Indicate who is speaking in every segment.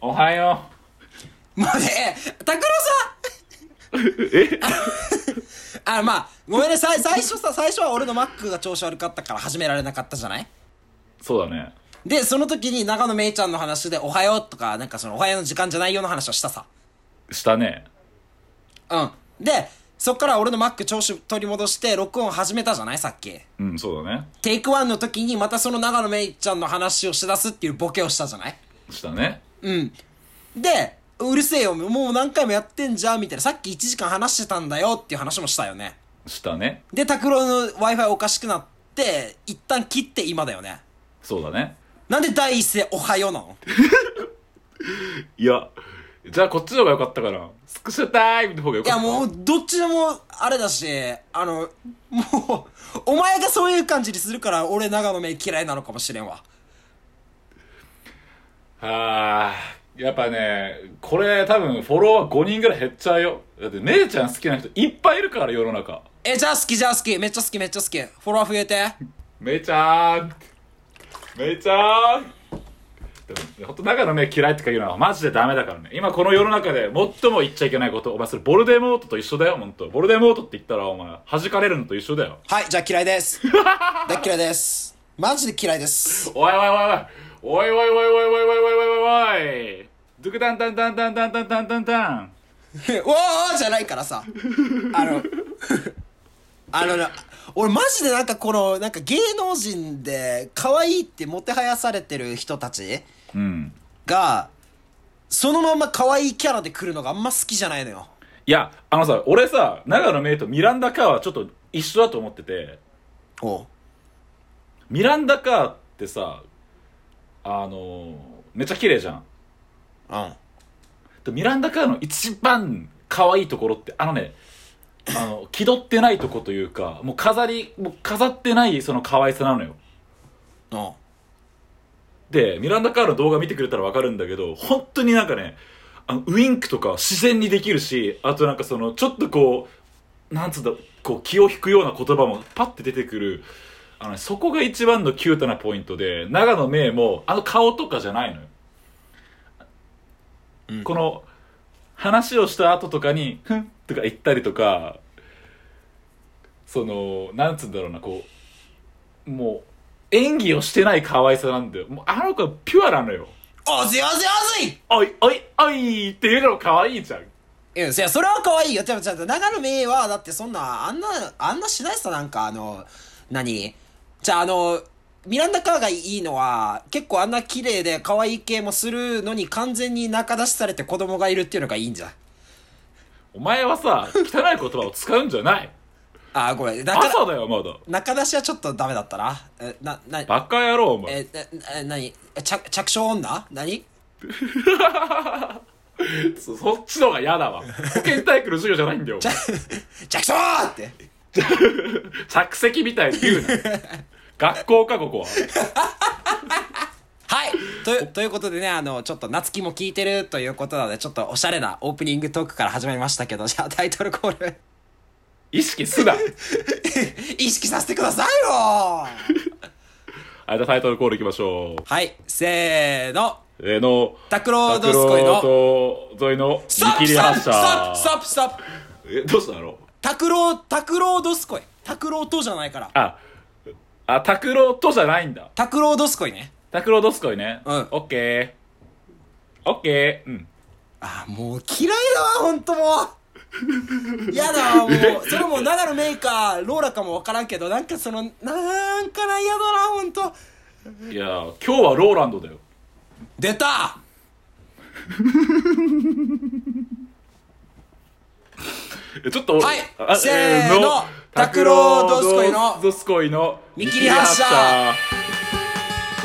Speaker 1: おはよ
Speaker 2: もうね、拓郎
Speaker 3: え
Speaker 2: さんあ、まあ、ごめんね、さい最初さ、最初は俺のマックが調子悪かったから始められなかったじゃない
Speaker 1: そうだね。
Speaker 2: で、その時に長野めいちゃんの話で、おはようとか、なんかその、おはようの時間じゃないよの話をしたさ。
Speaker 1: したね。
Speaker 2: うん。で、そっから俺のマック調子取り戻して、録音始めたじゃないさっき。
Speaker 1: うん、そうだね。
Speaker 2: テイクワンの時に、またその長野めいちゃんの話をしだすっていうボケをしたじゃない
Speaker 1: したね。
Speaker 2: で、うるせえよ、もう何回もやってんじゃん、みたいな。さっき1時間話してたんだよっていう話もしたよね。
Speaker 1: したね。
Speaker 2: で、拓郎の Wi-Fi おかしくなって、一旦切って今だよね。
Speaker 1: そうだね。
Speaker 2: なんで第一声おはようなの
Speaker 1: いや、じゃあこっちの方が良かったかな。スクショタイムの方が良
Speaker 2: い
Speaker 1: かっ
Speaker 2: や、
Speaker 1: た。
Speaker 2: もう、どっちでも、あれだし、あの、もう、お前がそういう感じにするから、俺長野め嫌いなのかもしれんわ。
Speaker 1: はあ、やっぱね、これ多分フォロワー5人ぐらい減っちゃうよ。だって姉ちゃん好きな人いっぱいいるから世の中。
Speaker 2: え、じゃあ好き、じゃあ好き、めっちゃ好き、めっちゃ好き。フォロワー増えて。
Speaker 1: めいちゃーんめいちゃーんでもほんと中の目嫌いとか言うのはマジでダメだからね今この世の中で最も言っちゃいけないことお前それボルデモートと一緒だよほんとボルデモートって言ったらお前弾かれるのと一緒だよ
Speaker 2: はい、じゃあ嫌いです。大嫌いです。マジで嫌いです。
Speaker 1: おいおいおいおいおいおいおいおいおいおいおいおいおいおいドゥクダンダンダンダンダンダンダンダンダン
Speaker 2: お ーおーじゃないからさ。あの、 あのな、俺マジでなんかこの、なんか芸能人で可愛いってもてはやされてる人たち
Speaker 1: うん
Speaker 2: が、そのまま可愛いキャラで来るのがあんま好きじゃないのよ。
Speaker 1: いやあのさ俺さ長野芽郁とミランダカーはちょっと一緒だと思ってて
Speaker 2: おう
Speaker 1: ミランダカーってさあのめっちゃ綺麗じゃん
Speaker 2: うん。
Speaker 1: でミランダ・カーの一番可愛いところってあのねあの気取ってないとこというかもう飾りもう飾ってないその可愛さなのよ
Speaker 2: うん。
Speaker 1: でミランダ・カーの動画見てくれたらわかるんだけど本当になんかねあのウインクとか自然にできるしあとなんかそのちょっとこうなんつうんだこう気を引くような言葉もパッて出てくるあの、ね、そこが一番のキュートなポイントで長野芽郁もあの顔とかじゃないのよ、
Speaker 2: うん
Speaker 1: この話をした後とかに「ふん」とか言ったりとかそのなんつうんだろうなこうもう演技をしてない可愛さなんだよもうあの子はピュアなのよ
Speaker 2: おずいおずいお
Speaker 1: お
Speaker 2: ずい
Speaker 1: いおいおいっていうのも可愛いじゃん
Speaker 2: いや、いやそれは可愛いよ。でも、ちゃんと、長野めいは、だってそんな、あんな、あんなしないさ、なんか、あの、何じゃあ、あの、ミランダカーがいいのは、結構あんな綺麗で可愛い系もするのに完全に仲出しされて子供がいるっていうのがいいんじゃん。
Speaker 1: お前はさ汚い言葉を使うんじゃない
Speaker 2: あー、ごめん。だから、
Speaker 1: 朝だよまだ
Speaker 2: 仲出しはちょっとダメだったな。え、な、な、
Speaker 1: バカ野郎お前
Speaker 2: え、な、な、なに着、着床女何
Speaker 1: そそっちの方が嫌だわ保健体育の授業じゃないんだよ
Speaker 2: 着床って。
Speaker 1: 着席みたいに言う な学校かここは
Speaker 2: はいというということでね、あの、ちょっと夏希も聞いてるということなので、ちょっとおしゃれなオープニングトークから始まりましたけど、じゃあタイトルコール、
Speaker 1: 意識すな
Speaker 2: 意識させてくださいよ
Speaker 1: あじゃあタイトルコールいきましょう
Speaker 2: はい、せーの、
Speaker 1: えーの
Speaker 2: 拓郎どすこい
Speaker 1: 郎
Speaker 2: の、
Speaker 1: と沿いの
Speaker 2: ストッ
Speaker 1: 見切
Speaker 2: プ
Speaker 1: り
Speaker 2: ストップ
Speaker 1: 発
Speaker 2: ストッ
Speaker 1: 車
Speaker 2: プストップストップ
Speaker 1: えどうしたの
Speaker 2: 拓郎、拓郎どすこい。拓郎とじゃないから。
Speaker 1: ああ拓郎とじゃないんだ
Speaker 2: 拓郎どすこいね。
Speaker 1: 拓郎どすこいね
Speaker 2: うん
Speaker 1: オッケーオッケーうん
Speaker 2: あー、もう嫌いだわ、ほんともう。やだわ、もう。それも長野メーカー、ローラかもわからんけど、なんかその、なんかな、嫌だな、ほんと。
Speaker 1: いやー今日はローランドだよ
Speaker 2: 出た
Speaker 1: えちょっと
Speaker 2: はい
Speaker 1: あ
Speaker 2: せーの拓郎どすこいの
Speaker 1: どすこいの
Speaker 2: 見切り発車
Speaker 1: 見切り発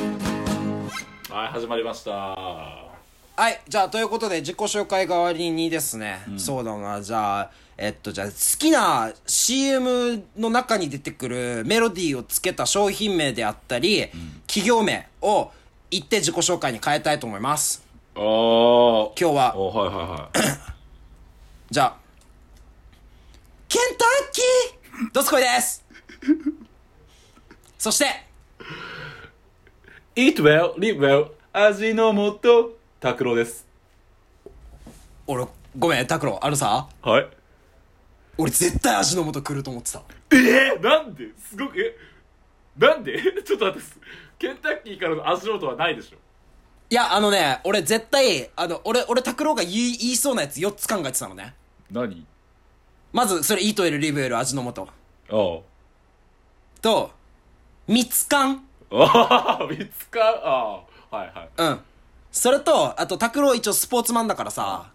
Speaker 1: 車はい始まりました
Speaker 2: はい、じゃあ、ということで、自己紹介代わりにですね、そうだな、じゃあ、えっと、じゃあ、好きな CM の中に出てくるメロディーをつけた商品名であったり、企業名を言って自己紹介に変えたいと思います。
Speaker 1: あー
Speaker 2: 今日は、
Speaker 1: おはいはいはい
Speaker 2: じゃあ、ケンタッキーどすこいですそして、
Speaker 1: Eat well, live well 味の素拓郎です
Speaker 2: 俺、ごめん、拓郎、あのさ、
Speaker 1: はい
Speaker 2: 俺絶対味の素来ると思ってた。
Speaker 1: えー、なんですごくえなんで ちょっと待ってケンタッキーからの味の素はないでしょ
Speaker 2: いや、あのね、俺絶対、あの、俺、俺、拓郎が言い言いそうなやつ4つ考えてたのね。
Speaker 1: 何
Speaker 2: まず、それ、イートエル、リブエル、味の素。
Speaker 1: あ
Speaker 2: と、蜜缶。
Speaker 1: あああ見つかああはいはい
Speaker 2: うん。それと、あと、拓郎一応スポーツマンだからさ、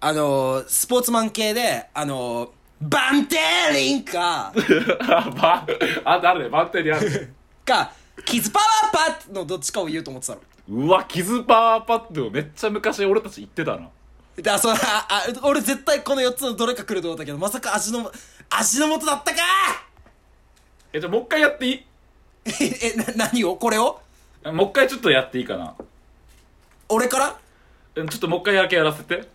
Speaker 2: あのー、スポーツマン系で、あのー、バンテーリンか、
Speaker 1: あ ばああるね満点にあるね
Speaker 2: か、キズパワーパッのどっちかを言うと思ってたの。
Speaker 1: うわ傷パーパッドめっちゃ昔俺たち言ってたな
Speaker 2: だそうああ俺絶対この4つのどれか来ると思ったけどまさか味の味の素だったか
Speaker 1: えじゃあもう一回やっていい
Speaker 2: えな何をこれを
Speaker 1: もう一回ちょっとやっていいかな
Speaker 2: 俺から
Speaker 1: うんちょっともう一回だけやらせて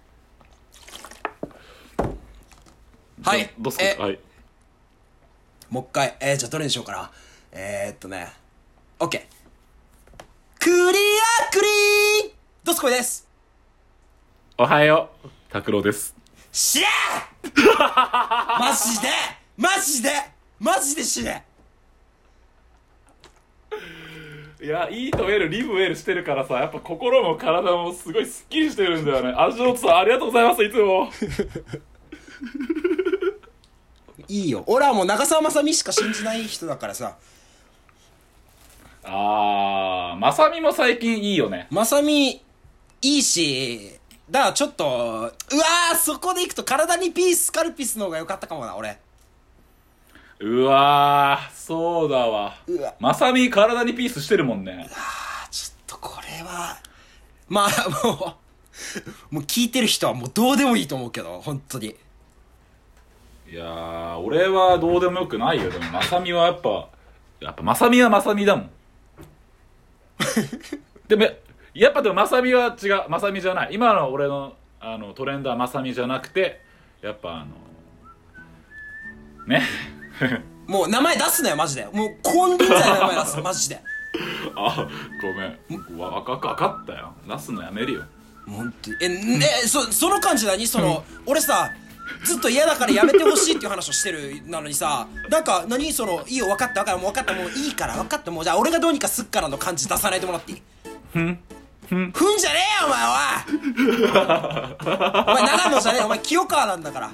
Speaker 2: はい
Speaker 1: どどうす
Speaker 2: え
Speaker 1: かはい
Speaker 2: もう一回えーじゃあどれにしようかなえー、っとね OK クリアクリーンドスコイです
Speaker 1: おはよう拓郎です
Speaker 2: 死ねマジでマジでマジで死ね
Speaker 1: いやいいとエルリブエルしてるからさやっぱ心も体もすごいスッキリしてるんだよね味の素さんありがとうございますいつも
Speaker 2: いいよ俺はもう長澤まさみしか信じない人だからさ
Speaker 1: あーまさみも最近いいよね
Speaker 2: まさみ、いいし、だからちょっと、うわー、そこで行くと体にピースカルピスの方が良かったかもな、俺。
Speaker 1: うわーそうだわ
Speaker 2: うわ
Speaker 1: まさみ体にピースしてるもんね
Speaker 2: あちょっとこれは、まあ、もう、も う聞いてる人はもうどうでもいいと思うけど、本当に。
Speaker 1: いやー俺はどうでもよくないよでもまさみはやっぱやっぱまさみはまさみだもんでもやっぱでもまさみは違うまさみじゃない今の俺のあのトレンドはまさみじゃなくてやっぱあのね
Speaker 2: もう名前出すなよ、マジで。もう、金輪際名前出す の、マジで。
Speaker 1: あ ごめんわわかわかったよ出すのやめるよ
Speaker 2: もうえ、ね、そ、その感じ何その、俺さ、ずっと嫌だからやめてほしいっていう話をしてるなのにさ、なんか、何その、いいよ、分かった、分かった、もう分かった、もういいから、分かった、もう、じゃあ俺がどうにかすっからの感じ出さないでもらっていいふん、ふん。ふんじゃねえよ、お前はお前、長野じゃねえよ、お前、清川なんだから。